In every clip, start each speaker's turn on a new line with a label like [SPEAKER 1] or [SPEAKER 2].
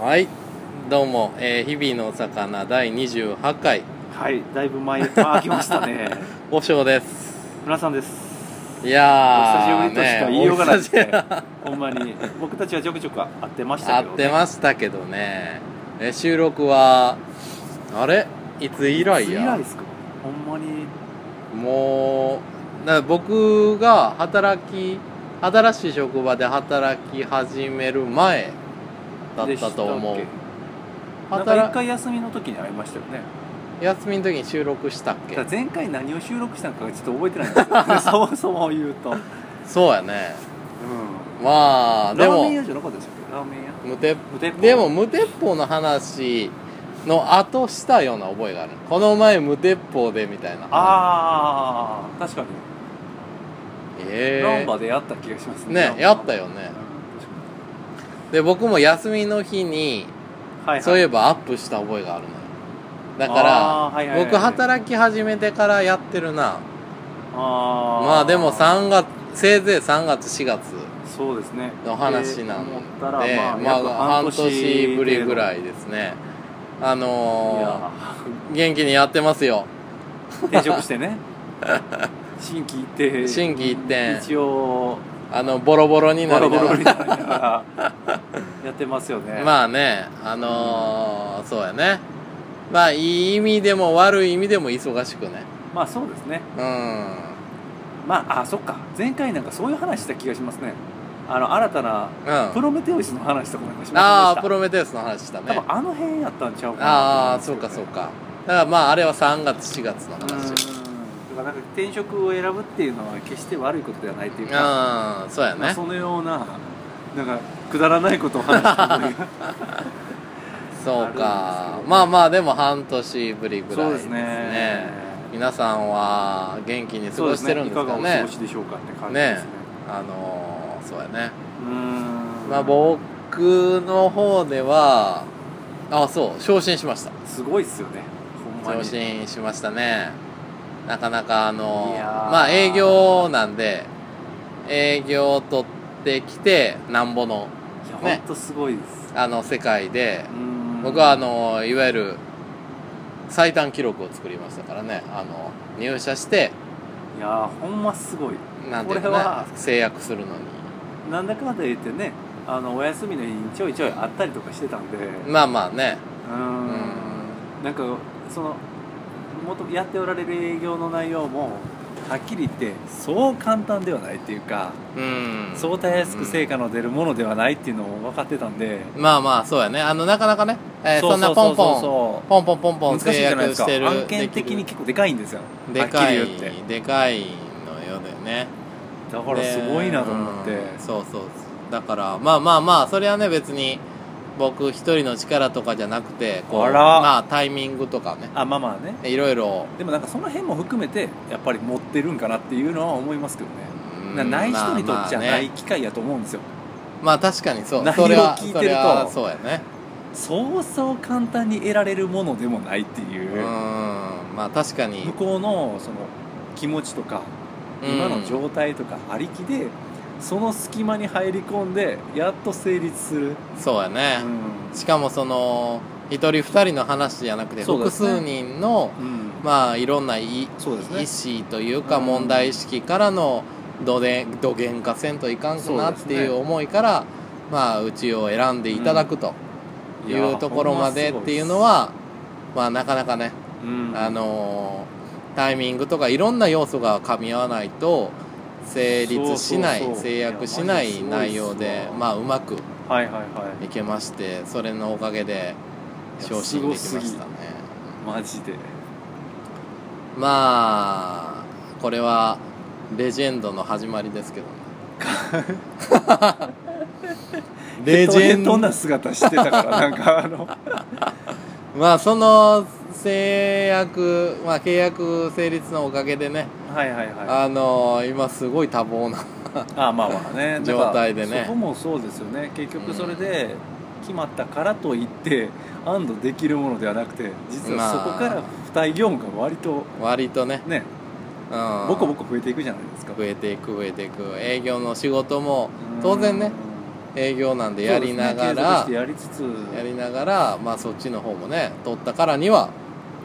[SPEAKER 1] はいどうも、えー日々のお魚第28回
[SPEAKER 2] はいだいぶ前間空きました ね
[SPEAKER 1] おしょうです
[SPEAKER 2] 村さんです
[SPEAKER 1] いやー
[SPEAKER 2] お久しぶりとしか言いようがないですね
[SPEAKER 1] ね
[SPEAKER 2] ほんまに僕たちはちょくちょく会ってました
[SPEAKER 1] 会
[SPEAKER 2] けど、ね、
[SPEAKER 1] ってましたけどねえ収録はあれいつ以来
[SPEAKER 2] いつ以
[SPEAKER 1] や
[SPEAKER 2] 来ですかほんまに
[SPEAKER 1] もうな僕が働き新しい職場で働き始める前だっ
[SPEAKER 2] でした
[SPEAKER 1] た
[SPEAKER 2] っけ
[SPEAKER 1] と思う
[SPEAKER 2] なんか一
[SPEAKER 1] 働
[SPEAKER 2] 回休みの時に会いましたよね
[SPEAKER 1] 休みの時に収録したっ
[SPEAKER 2] だ
[SPEAKER 1] け
[SPEAKER 2] から前回何を収録したのかがちょっと覚えてないんですよ、 ね、そもそも言うと、うん、
[SPEAKER 1] そうやねまあで
[SPEAKER 2] ラーメン
[SPEAKER 1] も
[SPEAKER 2] 屋じゃなかったでしたっけラーメン屋
[SPEAKER 1] 無鉄
[SPEAKER 2] 無鉄砲
[SPEAKER 1] でも無鉄砲の話の後したような覚えがあるこの前無鉄砲でみたいな
[SPEAKER 2] ああ確かに、
[SPEAKER 1] ええ
[SPEAKER 2] ランバでやった気がしますね
[SPEAKER 1] ね
[SPEAKER 2] ランバ
[SPEAKER 1] やったよね
[SPEAKER 2] うん確か
[SPEAKER 1] で僕も休みの日に
[SPEAKER 2] にはいはい
[SPEAKER 1] そういえばアップした覚えがあるのよだから
[SPEAKER 2] あーはいはいはい
[SPEAKER 1] 僕働き始めてからやってるな
[SPEAKER 2] あー
[SPEAKER 1] まあでも3月せいぜい3月4月
[SPEAKER 2] そうですね
[SPEAKER 1] の話なの
[SPEAKER 2] で思ったら
[SPEAKER 1] で、まあ
[SPEAKER 2] 約
[SPEAKER 1] 半年ぶりぐら
[SPEAKER 2] い
[SPEAKER 1] いですねあ
[SPEAKER 2] や
[SPEAKER 1] のー、元気にやってますよ
[SPEAKER 2] 転職し てね新規一転
[SPEAKER 1] 心機一転
[SPEAKER 2] 一応
[SPEAKER 1] あのボロボロにな
[SPEAKER 2] ボロ
[SPEAKER 1] るなが
[SPEAKER 2] ボロ
[SPEAKER 1] ら
[SPEAKER 2] になりながらやってますよね あ
[SPEAKER 1] まあねあのーそうやねまあいい意味でも悪い意味でも忙しくね
[SPEAKER 2] まあそうですね
[SPEAKER 1] うん
[SPEAKER 2] まああそっか前回なんかそういう話した気がしますねあの新たな
[SPEAKER 1] うん
[SPEAKER 2] プロメテウスの話とかなんかしませんでした
[SPEAKER 1] ああプロメテウスの話した
[SPEAKER 2] 多
[SPEAKER 1] ね
[SPEAKER 2] 分あの辺やったんちゃうかな
[SPEAKER 1] ああそうかそうかだからまああれは3月4月の
[SPEAKER 2] うんだ
[SPEAKER 1] 話
[SPEAKER 2] からなんか転職を選ぶっていうのは決して悪いことではないというか
[SPEAKER 1] うんそうや
[SPEAKER 2] まあ
[SPEAKER 1] ね
[SPEAKER 2] そのようななんかくだらないことを 話してる
[SPEAKER 1] そう
[SPEAKER 2] あるんです
[SPEAKER 1] か
[SPEAKER 2] けど
[SPEAKER 1] まあまあでも半年ぶりぐらいう
[SPEAKER 2] そ
[SPEAKER 1] で
[SPEAKER 2] ですす
[SPEAKER 1] ね
[SPEAKER 2] ね
[SPEAKER 1] 皆さんは元気に過
[SPEAKER 2] そう
[SPEAKER 1] ご
[SPEAKER 2] です
[SPEAKER 1] してるん
[SPEAKER 2] ね
[SPEAKER 1] です
[SPEAKER 2] いかが
[SPEAKER 1] か
[SPEAKER 2] お過
[SPEAKER 1] ね
[SPEAKER 2] ごしでしょうかって感じですね
[SPEAKER 1] あのーそうやね
[SPEAKER 2] うーん
[SPEAKER 1] まあ僕の方ではあそう昇進しました
[SPEAKER 2] すごいっすよねほんま
[SPEAKER 1] 昇
[SPEAKER 2] に
[SPEAKER 1] 進しましたねなかなかあの
[SPEAKER 2] いやー
[SPEAKER 1] まあ営業なんで営業を取ってきてなんぼの
[SPEAKER 2] いや
[SPEAKER 1] ね
[SPEAKER 2] ほんとすごいです
[SPEAKER 1] あの世界で
[SPEAKER 2] うーん
[SPEAKER 1] 僕はあのいわゆる最短記録を作りましたからねあの入社して
[SPEAKER 2] いやーほんますごい
[SPEAKER 1] なんていう
[SPEAKER 2] これ
[SPEAKER 1] か
[SPEAKER 2] は
[SPEAKER 1] ね制約するのに
[SPEAKER 2] なんだかんだ言ってねあのお休みの日にちょいちょい会ったりとかしてたんでう
[SPEAKER 1] まあまあね
[SPEAKER 2] ーんなんかそのもとやっておられる営業の内容もはっきり言ってそう簡単ではないっていうか
[SPEAKER 1] うん
[SPEAKER 2] そうたやすく成果の出るものではないっていうのを分かってたんで、
[SPEAKER 1] まあまあそうやねあのなかなかね、えー
[SPEAKER 2] う
[SPEAKER 1] そんなポンポン
[SPEAKER 2] そ
[SPEAKER 1] ポンポンポンポ
[SPEAKER 2] う
[SPEAKER 1] ン
[SPEAKER 2] 難しい
[SPEAKER 1] 制
[SPEAKER 2] じゃないで
[SPEAKER 1] 約
[SPEAKER 2] す
[SPEAKER 1] し
[SPEAKER 2] か
[SPEAKER 1] てる
[SPEAKER 2] 案件的に結構でかいんですよ
[SPEAKER 1] でかい
[SPEAKER 2] はっきり言って
[SPEAKER 1] でかいのよだよね
[SPEAKER 2] だからすごいなと思って、
[SPEAKER 1] でうんそうそうだからまあまあまあそれはね別に僕一人の力とかじゃなくてこう
[SPEAKER 2] あら
[SPEAKER 1] まあタイミングとかね
[SPEAKER 2] あまあまあね
[SPEAKER 1] いろいろ
[SPEAKER 2] でもなんかその辺も含めてやっぱり持ってるんかなっていうのは思いますけどね、
[SPEAKER 1] うん
[SPEAKER 2] なない人にとっちゃ
[SPEAKER 1] まあまあ
[SPEAKER 2] ない
[SPEAKER 1] ね
[SPEAKER 2] 機会やと思うんですよ、
[SPEAKER 1] まあ確かにそう
[SPEAKER 2] 内容
[SPEAKER 1] それは
[SPEAKER 2] 聞いてると
[SPEAKER 1] それはそうやね
[SPEAKER 2] そうそう簡単に得られるものでもないっていうう、
[SPEAKER 1] んまあ確かに
[SPEAKER 2] 向こうのその気持ちとか今の状態とかありきで、その隙間に入り込んでやっと成立する、
[SPEAKER 1] うんそうやねしかもその一人二人の話じゃなくて
[SPEAKER 2] そう
[SPEAKER 1] 複
[SPEAKER 2] ですね
[SPEAKER 1] 数人の
[SPEAKER 2] うん
[SPEAKER 1] まあいろんない
[SPEAKER 2] そうですね
[SPEAKER 1] 意思というか
[SPEAKER 2] うん
[SPEAKER 1] 問題意識からのどでどげんかせんといかんくなって
[SPEAKER 2] そう
[SPEAKER 1] い
[SPEAKER 2] です
[SPEAKER 1] う
[SPEAKER 2] ね
[SPEAKER 1] 思いから、まあうちを選んでいただくと
[SPEAKER 2] い
[SPEAKER 1] い
[SPEAKER 2] や
[SPEAKER 1] うところまでっていうの、はまあなかなかね、
[SPEAKER 2] ほんますごいっす
[SPEAKER 1] あ、のータイミングとかいろんな要素が噛み合わないと成立しない
[SPEAKER 2] そうそうそう
[SPEAKER 1] 制約し
[SPEAKER 2] い
[SPEAKER 1] ない
[SPEAKER 2] や
[SPEAKER 1] 内
[SPEAKER 2] マジすごいっすわ
[SPEAKER 1] 容でまあうまく
[SPEAKER 2] うんはいはいはい
[SPEAKER 1] いけましてそれのおかげで
[SPEAKER 2] いや
[SPEAKER 1] 昇進できましたね
[SPEAKER 2] すごすぎマジで
[SPEAKER 1] まあこれはレジェンドの始まりです けどねレジェン
[SPEAKER 2] どん
[SPEAKER 1] ド
[SPEAKER 2] な姿してたからなんかあの
[SPEAKER 1] まあその制約まあ契約成立のおかげでね
[SPEAKER 2] はいはいはい
[SPEAKER 1] あの今すごい多忙な
[SPEAKER 2] あまあまあねだから
[SPEAKER 1] 状態でね
[SPEAKER 2] そこもそうですよね結局それで決まったからといって安堵できるものではなくて実はそこから付帯業務が割と
[SPEAKER 1] 割とね
[SPEAKER 2] ね
[SPEAKER 1] うん
[SPEAKER 2] ボコボコ増えていくじゃないですか
[SPEAKER 1] 増えていく増えていく営業の仕事も当然ね営業なんでやりながら、
[SPEAKER 2] そうですね継続してやりつつ
[SPEAKER 1] やりながら、まあ、そっちの方もね取ったからには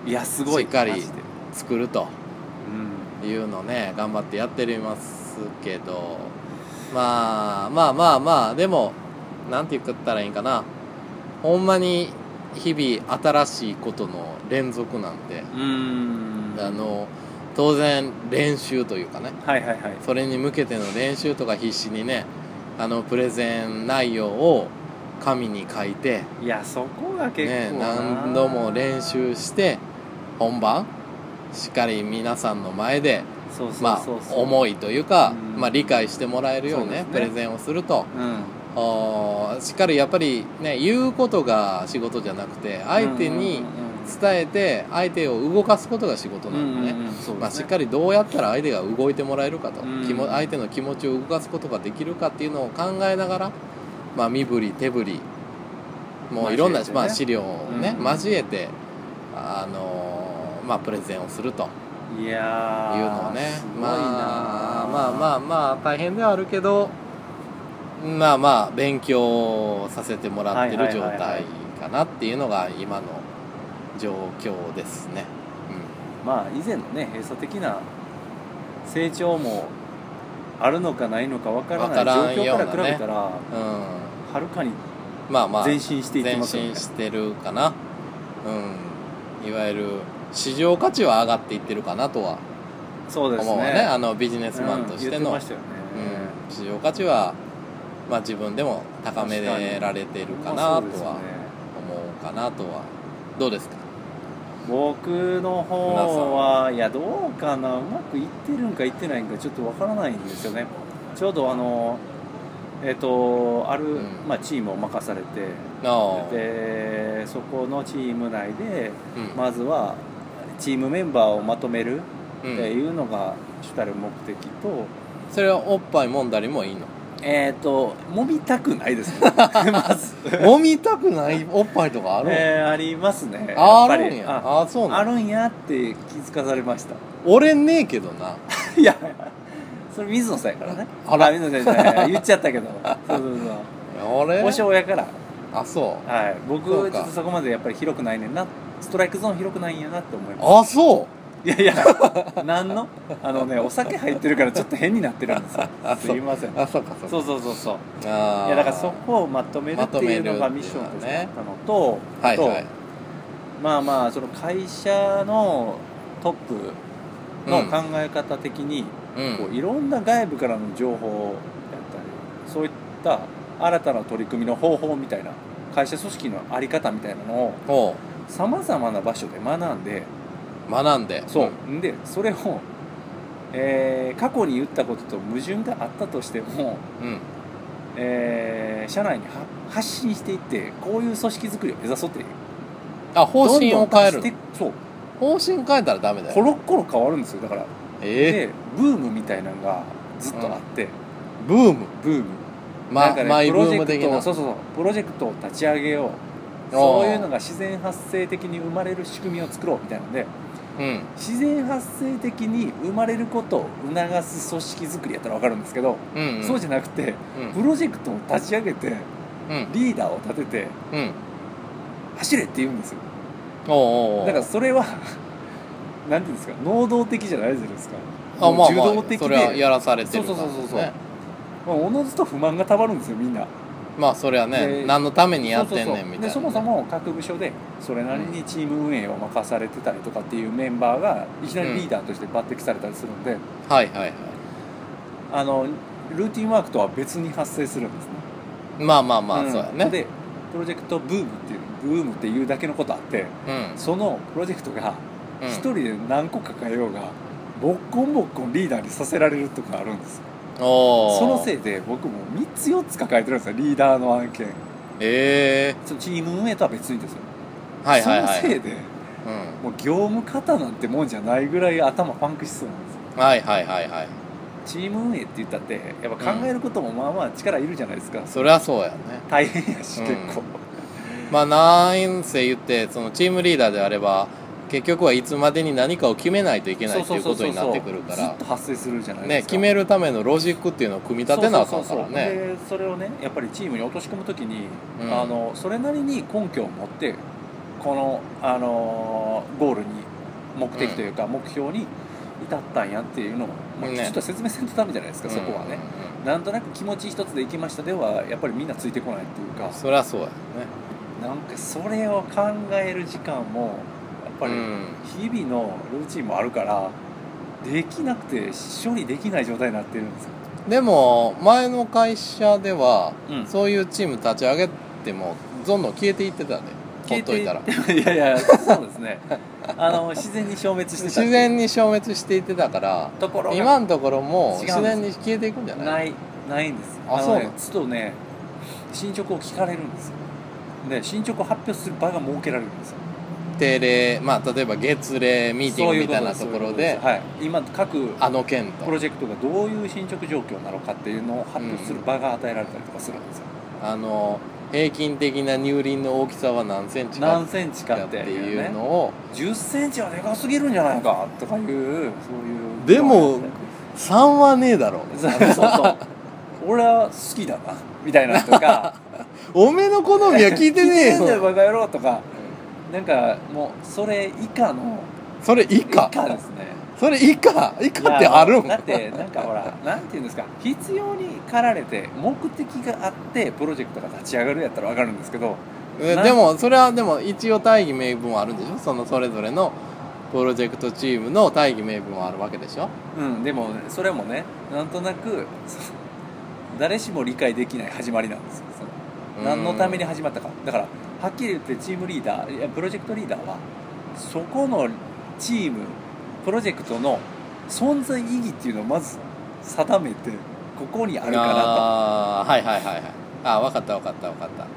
[SPEAKER 1] い
[SPEAKER 2] やすごい
[SPEAKER 1] しっかり
[SPEAKER 2] マジで
[SPEAKER 1] 作ると
[SPEAKER 2] う
[SPEAKER 1] いうのね頑張ってやってますけどまあまあまあまあでもなんて言ったらいいんかなほんまに日々新しいことの連続なんで、
[SPEAKER 2] んうん
[SPEAKER 1] あの当然練習というかね
[SPEAKER 2] はいはいはい
[SPEAKER 1] それに向けての練習とか必死にねあのプレゼン内容を紙に書いて、
[SPEAKER 2] いやそこが結
[SPEAKER 1] ね、
[SPEAKER 2] 構な
[SPEAKER 1] 何度も練習して本番しっかり皆さんの前で
[SPEAKER 2] そうそう
[SPEAKER 1] まあ
[SPEAKER 2] そうそう、
[SPEAKER 1] 思いというか、
[SPEAKER 2] うん
[SPEAKER 1] まあ、理解してもらえるようなね
[SPEAKER 2] そう
[SPEAKER 1] プ
[SPEAKER 2] ですね
[SPEAKER 1] レゼンをすると
[SPEAKER 2] うん
[SPEAKER 1] あーしっかりやっぱりね言うことが仕事じゃなくて相手に伝えて相手を動かすことが仕事
[SPEAKER 2] うん
[SPEAKER 1] な
[SPEAKER 2] うん
[SPEAKER 1] の
[SPEAKER 2] うんうん
[SPEAKER 1] ね
[SPEAKER 2] うんうんそうですね
[SPEAKER 1] まあ、しっかりどうやったら相手が動いてもらえるかと、
[SPEAKER 2] うん
[SPEAKER 1] 気も相手の気持ちを動かすことができるかっていうのを考えながら、まあ、身振り手振りもういろんな、
[SPEAKER 2] 交えてね
[SPEAKER 1] まあ、資料をね、
[SPEAKER 2] うん
[SPEAKER 1] 交えて、あのーまあ、プレゼンをすると
[SPEAKER 2] い
[SPEAKER 1] いう
[SPEAKER 2] やー
[SPEAKER 1] のをね
[SPEAKER 2] すごいな
[SPEAKER 1] まあ、まあまあまあ大変ではあるけどまあまあ勉強させてもらってる状
[SPEAKER 2] はいはいはいは
[SPEAKER 1] 態
[SPEAKER 2] い
[SPEAKER 1] かなっていうのが今の状況ですね。うん
[SPEAKER 2] まあ以前のね閉鎖的な成長もあるのかないのかわから
[SPEAKER 1] わから
[SPEAKER 2] なんい
[SPEAKER 1] よう
[SPEAKER 2] 状
[SPEAKER 1] なね
[SPEAKER 2] 況から比べたらは
[SPEAKER 1] う
[SPEAKER 2] るかに
[SPEAKER 1] ん、まあまあ
[SPEAKER 2] 前進していって
[SPEAKER 1] 前
[SPEAKER 2] ますよね
[SPEAKER 1] 進してるかなうんいわゆる市場価値は上がっていってるかなとは
[SPEAKER 2] そうです
[SPEAKER 1] 思
[SPEAKER 2] ね
[SPEAKER 1] うわねあのビジネスマンとして
[SPEAKER 2] うん言って
[SPEAKER 1] の、うん
[SPEAKER 2] ましたよね、
[SPEAKER 1] 市場価値は、まあ、自分でも高められてるかなと
[SPEAKER 2] まあ
[SPEAKER 1] は
[SPEAKER 2] そうですね
[SPEAKER 1] 思うかなとはどうですか
[SPEAKER 2] 僕の方はいやどうかなうまくいってるんかいってないんかちょっとわからないんですよねちょうどあのえっ、とある、
[SPEAKER 1] うん
[SPEAKER 2] まあ、チームを任されて
[SPEAKER 1] ああ
[SPEAKER 2] でそこのチーム内で
[SPEAKER 1] うん
[SPEAKER 2] まずはチームメンバーをまとめる
[SPEAKER 1] う
[SPEAKER 2] っ
[SPEAKER 1] ん
[SPEAKER 2] ていうのが主たる目的と、
[SPEAKER 1] それはおっぱい揉んだりも いいの
[SPEAKER 2] えっ、と揉みたくないですね まず
[SPEAKER 1] 揉みたくないおっぱいと かあるん、
[SPEAKER 2] えーありますね
[SPEAKER 1] あ
[SPEAKER 2] やっぱ
[SPEAKER 1] るん
[SPEAKER 2] り
[SPEAKER 1] や
[SPEAKER 2] あ
[SPEAKER 1] あそう
[SPEAKER 2] あ
[SPEAKER 1] なの
[SPEAKER 2] るんやって気づかされました
[SPEAKER 1] 俺ねえけどない
[SPEAKER 2] や それ水野さんやからね
[SPEAKER 1] あら
[SPEAKER 2] 水野さんじゃない言っち ゃったけどそうそうそう
[SPEAKER 1] 俺
[SPEAKER 2] お正やから、
[SPEAKER 1] あそう
[SPEAKER 2] はい、僕ち
[SPEAKER 1] そ
[SPEAKER 2] ょ
[SPEAKER 1] う
[SPEAKER 2] っ
[SPEAKER 1] か
[SPEAKER 2] とそこまでやっぱり広くないねんなストライクゾーン広くないんやなって思いま
[SPEAKER 1] あそう
[SPEAKER 2] すいやいや何のあのねお酒入ってるからちょっと変になってるんですよ
[SPEAKER 1] あ
[SPEAKER 2] すいません
[SPEAKER 1] あそうかそうか
[SPEAKER 2] そうそうそうそう
[SPEAKER 1] あー
[SPEAKER 2] いやだからそこをまとめるっていうの
[SPEAKER 1] ま
[SPEAKER 2] が
[SPEAKER 1] とめる
[SPEAKER 2] ミ
[SPEAKER 1] って
[SPEAKER 2] ッ
[SPEAKER 1] い
[SPEAKER 2] シ
[SPEAKER 1] うの
[SPEAKER 2] ョ
[SPEAKER 1] はね
[SPEAKER 2] ンとしてあったのと、
[SPEAKER 1] はい
[SPEAKER 2] と
[SPEAKER 1] はい
[SPEAKER 2] まあまあその会社のトップの考え方的に、
[SPEAKER 1] う
[SPEAKER 2] こうんいろんな外部からの情報だったりそういった新たな取り組みの方法みたいな会社組織の在り方みたいなのを
[SPEAKER 1] ほ
[SPEAKER 2] さまざまな場所で学んで
[SPEAKER 1] う学んで
[SPEAKER 2] そう、ん、でそれを、えー過去に言ったことと矛盾があったとしても、
[SPEAKER 1] うん
[SPEAKER 2] えー社内には発信していってこういう組織づくりを目指そうって
[SPEAKER 1] あ方針を変える
[SPEAKER 2] どんどん出してそう
[SPEAKER 1] 方針変えたらダメだ
[SPEAKER 2] コ
[SPEAKER 1] よ
[SPEAKER 2] ロッコロ変わるんですよだから
[SPEAKER 1] え
[SPEAKER 2] でブームみたいなのがずっとあって、
[SPEAKER 1] ーブーム
[SPEAKER 2] ブーム
[SPEAKER 1] ま
[SPEAKER 2] なんかね
[SPEAKER 1] マイ
[SPEAKER 2] プ
[SPEAKER 1] ブ
[SPEAKER 2] ロジ
[SPEAKER 1] ー
[SPEAKER 2] ェ
[SPEAKER 1] ム
[SPEAKER 2] ク
[SPEAKER 1] 的
[SPEAKER 2] トを
[SPEAKER 1] な
[SPEAKER 2] そうそうそうプロジェクトを立ち上げよう
[SPEAKER 1] おー
[SPEAKER 2] そういうのが自然発生的に生まれる仕組みを作ろうみたいなので
[SPEAKER 1] うん
[SPEAKER 2] 自然発生的に生まれることを促す組織作りやったら分かるんですけど、
[SPEAKER 1] うんうん
[SPEAKER 2] そうじゃなくて
[SPEAKER 1] うん
[SPEAKER 2] プロジェクトを立ち上げて
[SPEAKER 1] うん
[SPEAKER 2] リーダーを立てて
[SPEAKER 1] うん
[SPEAKER 2] 走れって言うんですよ
[SPEAKER 1] おうおうおう
[SPEAKER 2] だからそれは なんていうんですか能動的じゃないじゃないですか
[SPEAKER 1] あまあ
[SPEAKER 2] 受
[SPEAKER 1] ま
[SPEAKER 2] 動
[SPEAKER 1] あ
[SPEAKER 2] 的
[SPEAKER 1] それは
[SPEAKER 2] で
[SPEAKER 1] やらされてるから
[SPEAKER 2] そうそうそうそう
[SPEAKER 1] ね
[SPEAKER 2] まあおのずと不満がたまるんですよみんな
[SPEAKER 1] まあそれはね
[SPEAKER 2] で
[SPEAKER 1] 何のためにやってんねんみたいなね
[SPEAKER 2] そうそうそうでそもそも各部署でそれなりにチーム運営を任されてたりとかっていうメンバーがいきなりリーダーとして抜擢されたりするんで、
[SPEAKER 1] はいはいはい
[SPEAKER 2] あのルーティンワークとは別に発生するんですね
[SPEAKER 1] まあまあまあ
[SPEAKER 2] ん
[SPEAKER 1] そうやね
[SPEAKER 2] でプロジェクトブームっていうブームっていうだけのことあって
[SPEAKER 1] うん
[SPEAKER 2] そのプロジェクトが
[SPEAKER 1] うん
[SPEAKER 2] 一人で何個か変えようが、ボッコンボッコンリーダーにさせられるとかあるんですよ
[SPEAKER 1] お
[SPEAKER 2] そのせ
[SPEAKER 1] い
[SPEAKER 2] いで僕も3つ4つ抱えてるんですよリーダーの案件
[SPEAKER 1] え
[SPEAKER 2] そのチーム運営とは別にですよ、
[SPEAKER 1] えはいはいはい
[SPEAKER 2] そのせ
[SPEAKER 1] う
[SPEAKER 2] いで
[SPEAKER 1] ん
[SPEAKER 2] もう業務方なんてもんじゃないぐらい頭パンクしそうなんですよ
[SPEAKER 1] はいはいはいはい
[SPEAKER 2] チーム運営って言ったってやっぱ考えることもまあまあ力いるじゃないですか、
[SPEAKER 1] そりゃそうやね
[SPEAKER 2] 大変やし、
[SPEAKER 1] うん
[SPEAKER 2] 結構
[SPEAKER 1] まあ、なんせ言ってそのチームリーダーであれば結局はいつまでに何かを決めないといけないっていうことになってくるか
[SPEAKER 2] そうそうそうそうず
[SPEAKER 1] ら
[SPEAKER 2] っと発生するじゃない
[SPEAKER 1] ね
[SPEAKER 2] ですか
[SPEAKER 1] 決めるためのロジックっていうのを組み立てなあかんから
[SPEAKER 2] そうそうそう
[SPEAKER 1] ね
[SPEAKER 2] そうでそれをねやっぱりチームに落とし込むときに、
[SPEAKER 1] うん
[SPEAKER 2] あのそれなりに根拠を持ってこの、あのーゴールに目的というか、目標に至ったんやっていうのを、まあ
[SPEAKER 1] ね
[SPEAKER 2] ちょっと説明せんとダメじゃないですか、そこはね、なんとなく気持ち一つで行きましたではやっぱりみんなついてこないっていう
[SPEAKER 1] うん
[SPEAKER 2] か
[SPEAKER 1] うんそりゃそうやね
[SPEAKER 2] なんかそれを考える時間もやっぱり
[SPEAKER 1] うん
[SPEAKER 2] 日々のルーチンもあるからできなくて処理できない状態になってるんですよ、
[SPEAKER 1] でも前の会社では
[SPEAKER 2] うん
[SPEAKER 1] そういうチーム立ち上げてもどんどん消えていってたねほっといたら
[SPEAKER 2] 消えて いいやいやそうです ねあの自然に消滅してた
[SPEAKER 1] 自然に消滅していってたから
[SPEAKER 2] ところが
[SPEAKER 1] 今のところも
[SPEAKER 2] 違うんです
[SPEAKER 1] 自然に消えていくんじゃない
[SPEAKER 2] ないないんです
[SPEAKER 1] あ
[SPEAKER 2] の
[SPEAKER 1] そうな
[SPEAKER 2] ね
[SPEAKER 1] の
[SPEAKER 2] ちょっとね進捗を聞かれるんですよで進捗を発表する場が設けられるんですよ
[SPEAKER 1] 定例まあ例えば月例ミーティングみたいなと
[SPEAKER 2] そうう
[SPEAKER 1] こ
[SPEAKER 2] と
[SPEAKER 1] ろ
[SPEAKER 2] です
[SPEAKER 1] で
[SPEAKER 2] はい、今各
[SPEAKER 1] あの件
[SPEAKER 2] プロ
[SPEAKER 1] と
[SPEAKER 2] ジェクトがどういう進捗状況なのかっていうのを発表する場が与えられたりとかするんですよ、
[SPEAKER 1] あの平均的な乳輪の大きさは何センチか
[SPEAKER 2] 何センチか
[SPEAKER 1] か
[SPEAKER 2] っ
[SPEAKER 1] って
[SPEAKER 2] てい
[SPEAKER 1] いうう
[SPEAKER 2] ね
[SPEAKER 1] のを
[SPEAKER 2] 10センチはでかすぎるんじゃないかとかいうそういう
[SPEAKER 1] でも3はねえだろ
[SPEAKER 2] そうそうそう俺は好きだなみたいなとか
[SPEAKER 1] おめえの好みは 聞いてねえ
[SPEAKER 2] 聞いんだ
[SPEAKER 1] よ
[SPEAKER 2] よバカ野郎とかなんかもうそれ以下の
[SPEAKER 1] それ以下
[SPEAKER 2] 以下ですね
[SPEAKER 1] それ以下以下ってある
[SPEAKER 2] い
[SPEAKER 1] ん
[SPEAKER 2] やだってなんかほらなんていうんですか必要に駆られて目的があってプロジェクトが立ち上がるやったら分かるんですけど
[SPEAKER 1] え
[SPEAKER 2] な
[SPEAKER 1] でもそれはでも一応大義名分はあるんでしょそのそれぞれのプロジェクトチームの大義名分はあるわけでしょ
[SPEAKER 2] うんでもそれもねなんとなく そ誰しも理解できない始まりなんですよその何のために始まったかだからはっきり言ってチームリーダーいやプロジェクトリーダーはそこのチームプロジェクトの存在意義っていうのをまず定めてここにあ
[SPEAKER 1] あ
[SPEAKER 2] るか
[SPEAKER 1] あーはいはいはいはいああ分かった分かった分かった
[SPEAKER 2] らと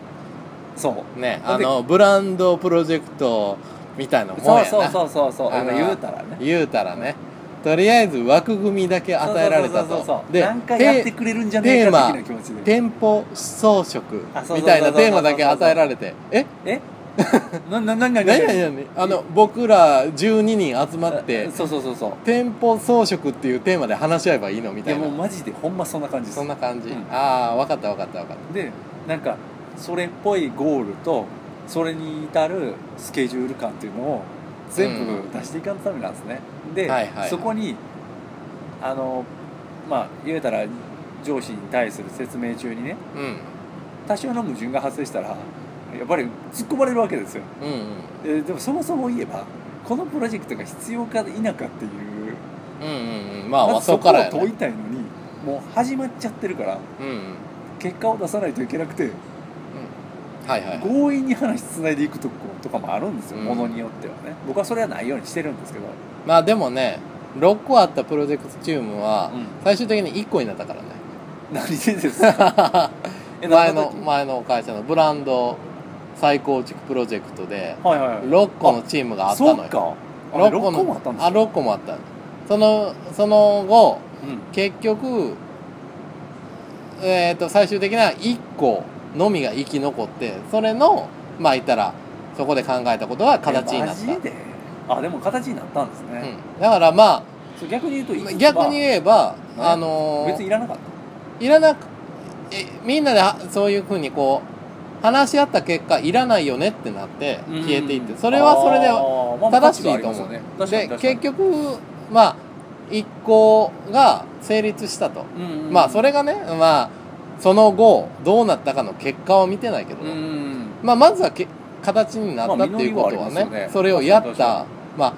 [SPEAKER 2] そう
[SPEAKER 1] ね
[SPEAKER 2] ほ
[SPEAKER 1] あ
[SPEAKER 2] んで
[SPEAKER 1] のブランドプロジェクトみたいなもんや
[SPEAKER 2] そう
[SPEAKER 1] な
[SPEAKER 2] そうそうそうそう
[SPEAKER 1] あの
[SPEAKER 2] 言うたらね
[SPEAKER 1] 言うたらねとりあえず枠組みだけ与えられた
[SPEAKER 2] そうそうそう
[SPEAKER 1] と
[SPEAKER 2] そう
[SPEAKER 1] で
[SPEAKER 2] 何回やって
[SPEAKER 1] て
[SPEAKER 2] くれるんじゃねえか
[SPEAKER 1] テ
[SPEAKER 2] 的な気持ちで
[SPEAKER 1] 店舗装飾
[SPEAKER 2] あそうそうそうそうそう
[SPEAKER 1] みたいなテーマだけ与えられてえ
[SPEAKER 2] え なななな
[SPEAKER 1] 何々何々あの僕ら12人集まって
[SPEAKER 2] そうそうそうそ
[SPEAKER 1] 店舗装飾っていうテーマで話し合えばいいのみ
[SPEAKER 2] うい
[SPEAKER 1] た
[SPEAKER 2] や
[SPEAKER 1] いな
[SPEAKER 2] もうマジでほんまそんな感じです
[SPEAKER 1] そんな感じ、
[SPEAKER 2] うん
[SPEAKER 1] ああ分かった分かった分かっ
[SPEAKER 2] でなんかそれっぽいゴールとそれに至るスケジュール感っていうのを全
[SPEAKER 1] うん
[SPEAKER 2] 部出していかんためなんですね、で、
[SPEAKER 1] はいはいはい
[SPEAKER 2] そこにあのまあ言うたら上司に対する説明中にね
[SPEAKER 1] た、うん、
[SPEAKER 2] 多少の矛盾が発生したらやっぱり突っ込まれるわけですよ、
[SPEAKER 1] うんうん
[SPEAKER 2] えーでもそもそも言えばこのプロジェクトが必要か否かっていう、
[SPEAKER 1] うんうんうんまあ、
[SPEAKER 2] ま
[SPEAKER 1] ま
[SPEAKER 2] ず
[SPEAKER 1] そ
[SPEAKER 2] そ
[SPEAKER 1] こ
[SPEAKER 2] こ
[SPEAKER 1] から
[SPEAKER 2] を
[SPEAKER 1] やね
[SPEAKER 2] 問いたいのにもう始まっちゃってるから
[SPEAKER 1] うんうん
[SPEAKER 2] 結果を出さないといけなくて
[SPEAKER 1] はいはいはい
[SPEAKER 2] 強引に話つないでいくとことかもあるんですよ、
[SPEAKER 1] うん
[SPEAKER 2] ものによってはね僕はそれはないようにしてるんですけど、
[SPEAKER 1] まあでもね6個あったプロジェクトチームは最終的に1個になったからね
[SPEAKER 2] 何でですか え
[SPEAKER 1] 前
[SPEAKER 2] 何
[SPEAKER 1] の
[SPEAKER 2] 時
[SPEAKER 1] 前の会社のブランド再構築プロジェクトで
[SPEAKER 2] はいはいはい
[SPEAKER 1] 6個のチームがあったのよ
[SPEAKER 2] そうかあれ
[SPEAKER 1] 六
[SPEAKER 2] 6個
[SPEAKER 1] の
[SPEAKER 2] もあったんです
[SPEAKER 1] あ
[SPEAKER 2] か
[SPEAKER 1] 6個もあったのそのその後
[SPEAKER 2] うん
[SPEAKER 1] 結局えっ、と最終的には1個のみが生き残ってそれのまあ言ったらそこで考えたことが形になった、
[SPEAKER 2] えマジであでも形になったんです
[SPEAKER 1] う
[SPEAKER 2] ね、
[SPEAKER 1] ん、だからま
[SPEAKER 2] そう逆に言うといつ
[SPEAKER 1] あ
[SPEAKER 2] か
[SPEAKER 1] 逆に言えば、
[SPEAKER 2] まあ
[SPEAKER 1] あのー
[SPEAKER 2] 別にいらなかった
[SPEAKER 1] いらなくえみんなではそういうふうにこう話し合った結果いらないよねってなって消えていって、それはそれで
[SPEAKER 2] あーまあ
[SPEAKER 1] 正しいと思う、
[SPEAKER 2] 価値がありますよね確かに
[SPEAKER 1] で
[SPEAKER 2] 確かに
[SPEAKER 1] 結局まあ一行が成立したと、
[SPEAKER 2] うんうんうん
[SPEAKER 1] まあそれがねまあその後どうなったかの結果は見てないけど、
[SPEAKER 2] うんうん
[SPEAKER 1] まあまずはけ形になったっていうことはね,、
[SPEAKER 2] まあ実りはありますよね
[SPEAKER 1] それをやっ
[SPEAKER 2] 確か
[SPEAKER 1] たまあ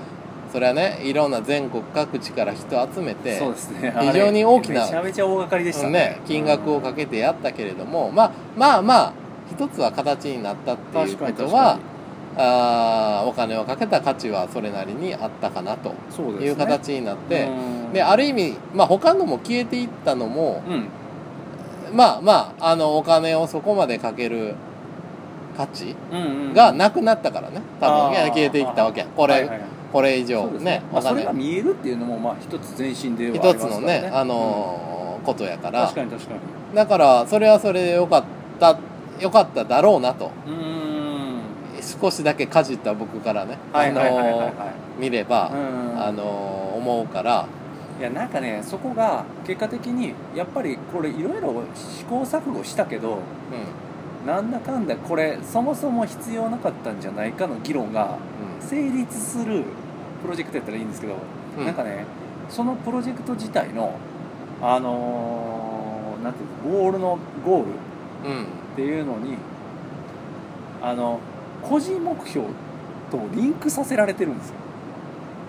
[SPEAKER 1] それはねいろんな全国各地から人集めて
[SPEAKER 2] そうですね
[SPEAKER 1] 非常に大きな
[SPEAKER 2] あれめちゃめちゃ大掛かりでしたね
[SPEAKER 1] ね、金額をかけてやったけれども、まあまあまあ一つは形になったっていうことはあーお金をかけた価値はそれなりにあったかなと
[SPEAKER 2] そうです、ね、
[SPEAKER 1] いう形になって、
[SPEAKER 2] うん
[SPEAKER 1] である意味、まあ、他のも消えていったのも、
[SPEAKER 2] うん
[SPEAKER 1] まあまああのお金をそこまでかける価値
[SPEAKER 2] うんうん
[SPEAKER 1] がなくなったからね多分
[SPEAKER 2] あー
[SPEAKER 1] 消えていったわけこれ、
[SPEAKER 2] はいはいはい
[SPEAKER 1] これ以上
[SPEAKER 2] そうです
[SPEAKER 1] ね
[SPEAKER 2] ねまあ、
[SPEAKER 1] お金
[SPEAKER 2] それが見えるっていうのもまあ一つ前進ではあ
[SPEAKER 1] 一
[SPEAKER 2] り
[SPEAKER 1] つ
[SPEAKER 2] ま
[SPEAKER 1] の
[SPEAKER 2] すからね
[SPEAKER 1] ねあのーことやか
[SPEAKER 2] うん
[SPEAKER 1] ら
[SPEAKER 2] 確かに確かに
[SPEAKER 1] だからそれはそれでよかったよかっただろうなと
[SPEAKER 2] うーん
[SPEAKER 1] 少しだけかじった僕からね、
[SPEAKER 2] はいはいはいはい
[SPEAKER 1] あのー見れば、
[SPEAKER 2] は
[SPEAKER 1] あのー思うから
[SPEAKER 2] いいやなんかねそこが結果的にやっぱりこれいろいろ試行錯誤したけど
[SPEAKER 1] うん
[SPEAKER 2] なんだかんだこれそもそも必要なかったんじゃないかの議論が成立するプロジェクトやったらいいんですけど、
[SPEAKER 1] うんうん
[SPEAKER 2] なんかねそのプロジェクト自体のあのーなんていうのゴールのゴールっ
[SPEAKER 1] うん
[SPEAKER 2] ていうのにあの個人目標とリンクさせられてるんですよ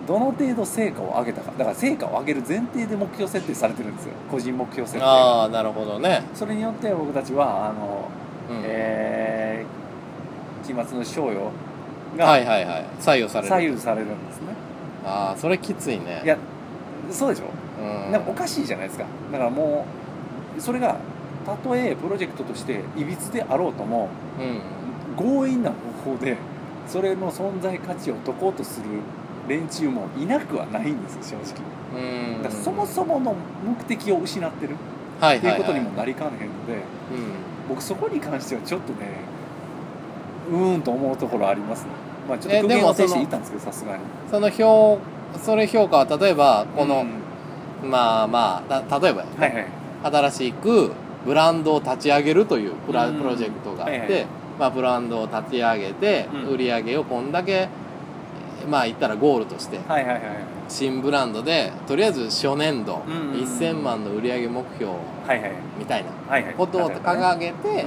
[SPEAKER 2] どの程度成果を上げたかだから成果を上げる前提で目標設定されてるんですよ個人目標設定が
[SPEAKER 1] ああなるほどね、
[SPEAKER 2] それによって僕たちはあの、
[SPEAKER 1] うん
[SPEAKER 2] えー、期末の賞与
[SPEAKER 1] は
[SPEAKER 2] が
[SPEAKER 1] いはいはい左右される
[SPEAKER 2] 左右されるんですね、
[SPEAKER 1] ああそれきついね
[SPEAKER 2] いやそうでしょ
[SPEAKER 1] うん
[SPEAKER 2] なんかおかしいじゃないですかだからもうそれがたとえプロジェクトとしていびつであろうとも
[SPEAKER 1] うん
[SPEAKER 2] 強引な方法でそれの存在価値を解こうとする連中もいなくはないんですよ正直
[SPEAKER 1] うん
[SPEAKER 2] だからそもそもの目的を失ってる
[SPEAKER 1] はい
[SPEAKER 2] って
[SPEAKER 1] はいいう
[SPEAKER 2] ことにも
[SPEAKER 1] はい
[SPEAKER 2] なりかねへんので
[SPEAKER 1] うん
[SPEAKER 2] 僕そこに関してはちょっとねうーんと思うところありますねまあちょっ
[SPEAKER 1] え
[SPEAKER 2] と
[SPEAKER 1] で
[SPEAKER 2] 苦
[SPEAKER 1] も
[SPEAKER 2] 言を呈し
[SPEAKER 1] そ
[SPEAKER 2] て
[SPEAKER 1] の
[SPEAKER 2] いったんですけどさすがに
[SPEAKER 1] その評それ評価は例えばこ
[SPEAKER 2] う
[SPEAKER 1] の
[SPEAKER 2] ん、
[SPEAKER 1] まあまあた例えばよ
[SPEAKER 2] はいはい
[SPEAKER 1] 新しくブランドを立ち上げるというプラ
[SPEAKER 2] うん
[SPEAKER 1] プロジェクトがあっ
[SPEAKER 2] はいは
[SPEAKER 1] て
[SPEAKER 2] い
[SPEAKER 1] まあブランドを立ち上げて
[SPEAKER 2] うん
[SPEAKER 1] 売り上げをこんだけまあ言ったらゴールとして
[SPEAKER 2] はいはいはいはい
[SPEAKER 1] 新ブランドでとりあえず初年度
[SPEAKER 2] うんうんうん
[SPEAKER 1] 1000万の売り上げ目標
[SPEAKER 2] はいはい
[SPEAKER 1] みたいな
[SPEAKER 2] はいはい
[SPEAKER 1] ことを
[SPEAKER 2] 例えばね
[SPEAKER 1] 掲げて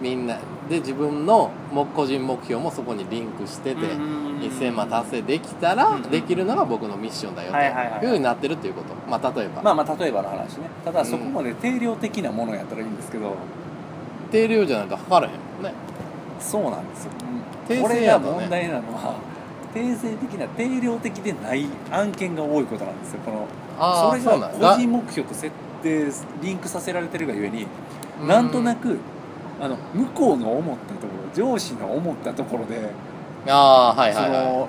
[SPEAKER 1] みんなで自分のも個人目標もそこにリンクしてて1000万達成できた
[SPEAKER 2] うん
[SPEAKER 1] ら
[SPEAKER 2] うん
[SPEAKER 1] できるのが僕のミッションだよ
[SPEAKER 2] はいはいはい
[SPEAKER 1] というふうになってるっていうことまあ例えば
[SPEAKER 2] まあまあ例えばの話ねただそこまで定量的なものやったらいいんですけど、
[SPEAKER 1] 定量じゃないと測らへんもんね
[SPEAKER 2] そうなんですよ、
[SPEAKER 1] 訂
[SPEAKER 2] こ
[SPEAKER 1] 正
[SPEAKER 2] れ
[SPEAKER 1] や
[SPEAKER 2] が
[SPEAKER 1] とね
[SPEAKER 2] 問題なのは定性的な定量的でない案件が多いことなんですよこの
[SPEAKER 1] あ
[SPEAKER 2] そ
[SPEAKER 1] あ
[SPEAKER 2] れ
[SPEAKER 1] そう
[SPEAKER 2] が
[SPEAKER 1] なん
[SPEAKER 2] 個人目標と設定リンクさせられてるがゆえになんとな
[SPEAKER 1] く
[SPEAKER 2] くあの向こうの思ったところ上司の思ったところで
[SPEAKER 1] ああはい
[SPEAKER 2] そ
[SPEAKER 1] はいは
[SPEAKER 2] の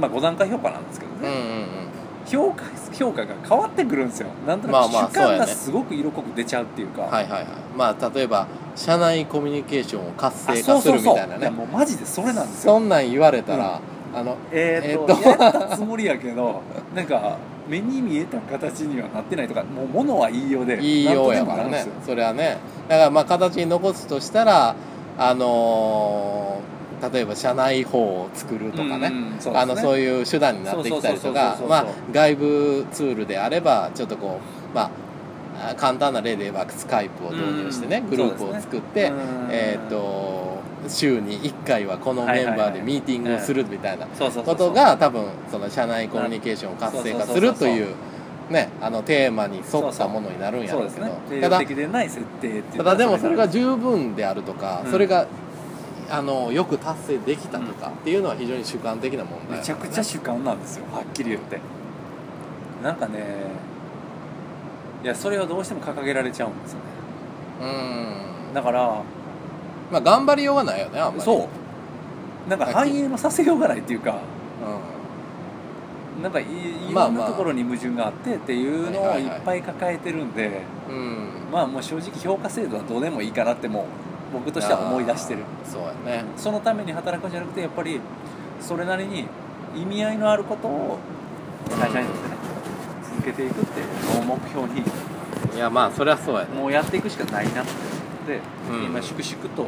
[SPEAKER 2] まあ5段階評価なんですけど
[SPEAKER 1] いうんう
[SPEAKER 2] ね、
[SPEAKER 1] んうん
[SPEAKER 2] 評価評価が変わってくるんですよなんとな
[SPEAKER 1] まあ
[SPEAKER 2] く
[SPEAKER 1] まあ
[SPEAKER 2] 主
[SPEAKER 1] そう
[SPEAKER 2] 観
[SPEAKER 1] やね
[SPEAKER 2] がすごく色濃く出ちゃうっていうか、
[SPEAKER 1] はいはいはいまあ例えば社内コミュニケーションを活
[SPEAKER 2] あ
[SPEAKER 1] 性
[SPEAKER 2] そ
[SPEAKER 1] 化
[SPEAKER 2] う
[SPEAKER 1] す
[SPEAKER 2] そう
[SPEAKER 1] るみ
[SPEAKER 2] そう
[SPEAKER 1] たいない
[SPEAKER 2] や
[SPEAKER 1] ね
[SPEAKER 2] もうマジでそれなんですよ
[SPEAKER 1] そんなん言われたらあの
[SPEAKER 2] えー、っと
[SPEAKER 1] えーっと
[SPEAKER 2] やったつもりやけど なんか目に見えた形にはなってないとかもう物は言いようで
[SPEAKER 1] いいようや
[SPEAKER 2] な
[SPEAKER 1] から
[SPEAKER 2] んとでもな
[SPEAKER 1] ね
[SPEAKER 2] るんですよ
[SPEAKER 1] それはねだからまあ形に残すとしたらあのー例えば社内法を作るとかね、
[SPEAKER 2] うんうんそうですね
[SPEAKER 1] あのそういう手段になってきたりとか
[SPEAKER 2] そうそうそうそうそう
[SPEAKER 1] まあ外部ツールであればちょっとこうまああ簡単な例で言えばスカイプを導入してね、
[SPEAKER 2] うん
[SPEAKER 1] グループを作って、
[SPEAKER 2] うん
[SPEAKER 1] えー、と週に1回はこのメンバーでミーティングをするみたいな
[SPEAKER 2] そう
[SPEAKER 1] こ
[SPEAKER 2] そうそうそう
[SPEAKER 1] とが多分その社内コミュニケーションを活性化するというねあのテーマに沿ったものになるんや
[SPEAKER 2] そう
[SPEAKER 1] ろう
[SPEAKER 2] です
[SPEAKER 1] け
[SPEAKER 2] ね定
[SPEAKER 1] どた
[SPEAKER 2] 量
[SPEAKER 1] だ
[SPEAKER 2] 的でない設定っていう
[SPEAKER 1] た
[SPEAKER 2] のは
[SPEAKER 1] だでもそれが
[SPEAKER 2] そ
[SPEAKER 1] 十分であるとか
[SPEAKER 2] うん
[SPEAKER 1] それがあのよく達成できたとかっていうのは非常に主観的な問
[SPEAKER 2] れ
[SPEAKER 1] 題
[SPEAKER 2] めちゃくちゃ主観なんですよはっきり言ってなんかねいやそれはどうしても掲げられちゃうんですよね
[SPEAKER 1] うん
[SPEAKER 2] だから
[SPEAKER 1] まあ頑張りようがないよねあんまり
[SPEAKER 2] そうなんか
[SPEAKER 1] はっき
[SPEAKER 2] 反
[SPEAKER 1] り
[SPEAKER 2] 映のさせようがないっていうか
[SPEAKER 1] う
[SPEAKER 2] なんかいい
[SPEAKER 1] まあ
[SPEAKER 2] ろん
[SPEAKER 1] ま
[SPEAKER 2] な
[SPEAKER 1] あ
[SPEAKER 2] ところに矛盾があってっていうの
[SPEAKER 1] はいはい
[SPEAKER 2] をい
[SPEAKER 1] はい
[SPEAKER 2] っぱい抱えてるんで、
[SPEAKER 1] んうん
[SPEAKER 2] まあもう正直評価制度はどうでもいいかなってもう僕としては思い出してる
[SPEAKER 1] あーそうやね
[SPEAKER 2] そのために働くんじゃなくてやっぱりそれなりに意味合いのあることを会社にとってね続けていくっていうのを目標に
[SPEAKER 1] いやまあそりゃそうやね
[SPEAKER 2] もうやっていくしかないなってで、
[SPEAKER 1] うん
[SPEAKER 2] 今粛々と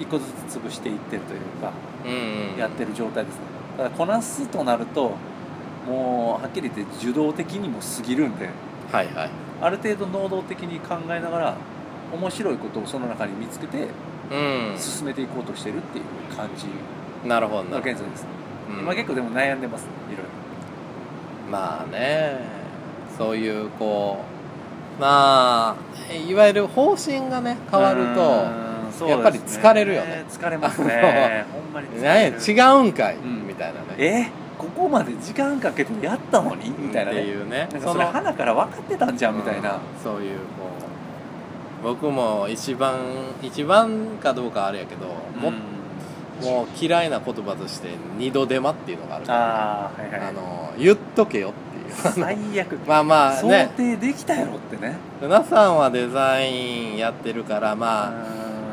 [SPEAKER 2] 一個ずつ潰していってるというか
[SPEAKER 1] うんうん
[SPEAKER 2] やってる状態ですねただこなすとなるともうはっきり言って受動的にも過ぎるんで
[SPEAKER 1] はいはい
[SPEAKER 2] ある程度能動的に考えながら面白いことをその中に見つけて
[SPEAKER 1] う
[SPEAKER 2] 進めていこうとしてるっていう感じ
[SPEAKER 1] んなるほどな
[SPEAKER 2] の現在です、
[SPEAKER 1] うん
[SPEAKER 2] 今結構でも悩んでますいろい
[SPEAKER 1] まあねそういうこうまあいわゆる方針がね
[SPEAKER 2] ろ
[SPEAKER 1] 変わると
[SPEAKER 2] と
[SPEAKER 1] やっぱり疲れるよね
[SPEAKER 2] 疲れま すねほんまに
[SPEAKER 1] 「
[SPEAKER 2] 疲
[SPEAKER 1] 何や
[SPEAKER 2] れる
[SPEAKER 1] 違うんかい!」
[SPEAKER 2] うん
[SPEAKER 1] みたいなね
[SPEAKER 2] えここまで時間かけてやったのにみたいな
[SPEAKER 1] っ
[SPEAKER 2] ね
[SPEAKER 1] ていうね
[SPEAKER 2] なんかそれ花から分かってたんじゃんみたい
[SPEAKER 1] う
[SPEAKER 2] な、
[SPEAKER 1] んそういうこう僕も一番一番かどうかあれやけど、ももう嫌いな言葉として「二度手間」っていうのがあるから
[SPEAKER 2] ああはいはい
[SPEAKER 1] あの言っとけよっていう
[SPEAKER 2] 最悪
[SPEAKER 1] まあまあ
[SPEAKER 2] 想
[SPEAKER 1] ね
[SPEAKER 2] 定できたやろってね
[SPEAKER 1] 皆さんはデザインやってるからま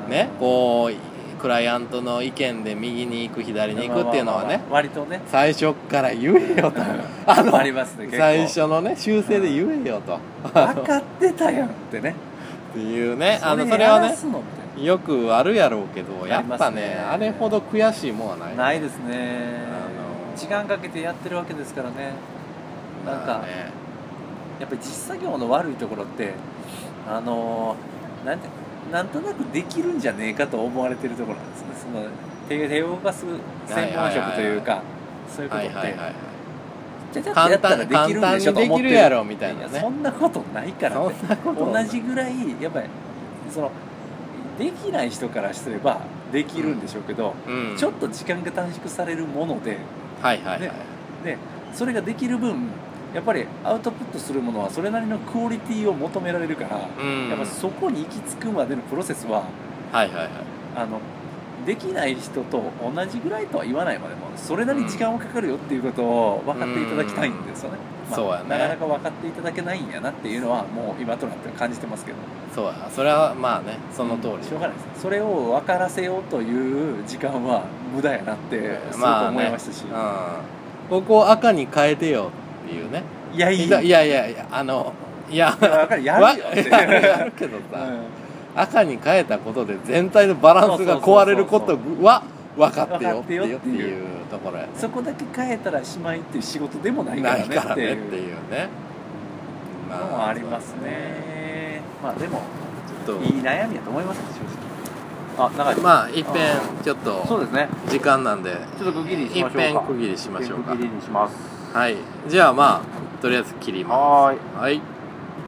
[SPEAKER 1] あねこうクライアントの意見で右に行く左に行くっていうのは
[SPEAKER 2] まあまあ
[SPEAKER 1] ね
[SPEAKER 2] まあ割とね
[SPEAKER 1] 最初っから言えよとあの
[SPEAKER 2] ありますね 結構
[SPEAKER 1] 最初のね修正で言えよと
[SPEAKER 2] 分かってたやんってね
[SPEAKER 1] っていうねあの
[SPEAKER 2] に
[SPEAKER 1] それは
[SPEAKER 2] やら
[SPEAKER 1] ね
[SPEAKER 2] すのみたい
[SPEAKER 1] よくあるやろうけど
[SPEAKER 2] り
[SPEAKER 1] や
[SPEAKER 2] ますね
[SPEAKER 1] っぱねあれほど悔しいもんはない
[SPEAKER 2] なないです
[SPEAKER 1] あ
[SPEAKER 2] ね
[SPEAKER 1] の
[SPEAKER 2] 時間かけてやってるわけですからねなんか
[SPEAKER 1] まあね
[SPEAKER 2] やっぱり実作業の悪いところってあのーなんてなんとなくできるんじゃねえかと思われてるところなんですねその手手を動かす専門職というかそういうこと
[SPEAKER 1] は
[SPEAKER 2] っ
[SPEAKER 1] い
[SPEAKER 2] て、
[SPEAKER 1] はいはい
[SPEAKER 2] じゃじゃ
[SPEAKER 1] 簡
[SPEAKER 2] やったら
[SPEAKER 1] 単
[SPEAKER 2] で
[SPEAKER 1] 簡
[SPEAKER 2] きるんで
[SPEAKER 1] 単
[SPEAKER 2] しょ
[SPEAKER 1] に
[SPEAKER 2] と
[SPEAKER 1] で
[SPEAKER 2] 思っ
[SPEAKER 1] き
[SPEAKER 2] て
[SPEAKER 1] るやろみたいない
[SPEAKER 2] や
[SPEAKER 1] ね
[SPEAKER 2] そんなことないから
[SPEAKER 1] そ
[SPEAKER 2] っ
[SPEAKER 1] ん
[SPEAKER 2] て
[SPEAKER 1] なこと
[SPEAKER 2] 同じぐらいやっぱりそのできない人からすればできるんでしょうけど、
[SPEAKER 1] うん
[SPEAKER 2] ちょっと時間が短縮されるもので
[SPEAKER 1] はいはいはい
[SPEAKER 2] ねでそれができる分やっぱりアウトプットするものはそれなりのクオリティを求められるから、
[SPEAKER 1] うん
[SPEAKER 2] やっぱそこに行き着くまでのプロセスは
[SPEAKER 1] はいはいはい
[SPEAKER 2] あのできない人と同じぐらいとは言わないまでもそれなりに時間はかかるよっていうことを分かっていただきたいんですよね、
[SPEAKER 1] うんそうやね
[SPEAKER 2] なかなか分かっていただけないんやなっていうのはもう今となっては感じてますけど
[SPEAKER 1] そうやそれはまあねその通り
[SPEAKER 2] しょうがないですそれを分からせようという時間は無駄やなってすごく
[SPEAKER 1] まあね
[SPEAKER 2] 思いましたし、
[SPEAKER 1] うんここを赤に変えてよっていうね
[SPEAKER 2] いやい
[SPEAKER 1] い
[SPEAKER 2] い
[SPEAKER 1] や
[SPEAKER 2] やい
[SPEAKER 1] い
[SPEAKER 2] や
[SPEAKER 1] やいやいやあのいや
[SPEAKER 2] 分かるやるよって
[SPEAKER 1] や るけどさ、赤に変えたことで全体のバランスが壊れることは分かってよっていうっていうところやね
[SPEAKER 2] そこだけ変えたらしまいっていう仕事でもないか
[SPEAKER 1] な
[SPEAKER 2] ら
[SPEAKER 1] い
[SPEAKER 2] ね
[SPEAKER 1] から
[SPEAKER 2] って
[SPEAKER 1] ね
[SPEAKER 2] い
[SPEAKER 1] っ
[SPEAKER 2] う
[SPEAKER 1] ていうね
[SPEAKER 2] のもありますねまあでも
[SPEAKER 1] そう
[SPEAKER 2] いい悩みだと思いますね正直あ長いです
[SPEAKER 1] まあいっぺんちょっ
[SPEAKER 2] そ
[SPEAKER 1] と
[SPEAKER 2] うですね
[SPEAKER 1] 時間なんで
[SPEAKER 2] ちょっと区切りにし
[SPEAKER 1] い
[SPEAKER 2] ま
[SPEAKER 1] っ
[SPEAKER 2] しょうか
[SPEAKER 1] ぺん区切りしましょうか
[SPEAKER 2] 一遍区切りにします
[SPEAKER 1] はいじゃあまあとりあえず切りま
[SPEAKER 2] はーい
[SPEAKER 1] すはい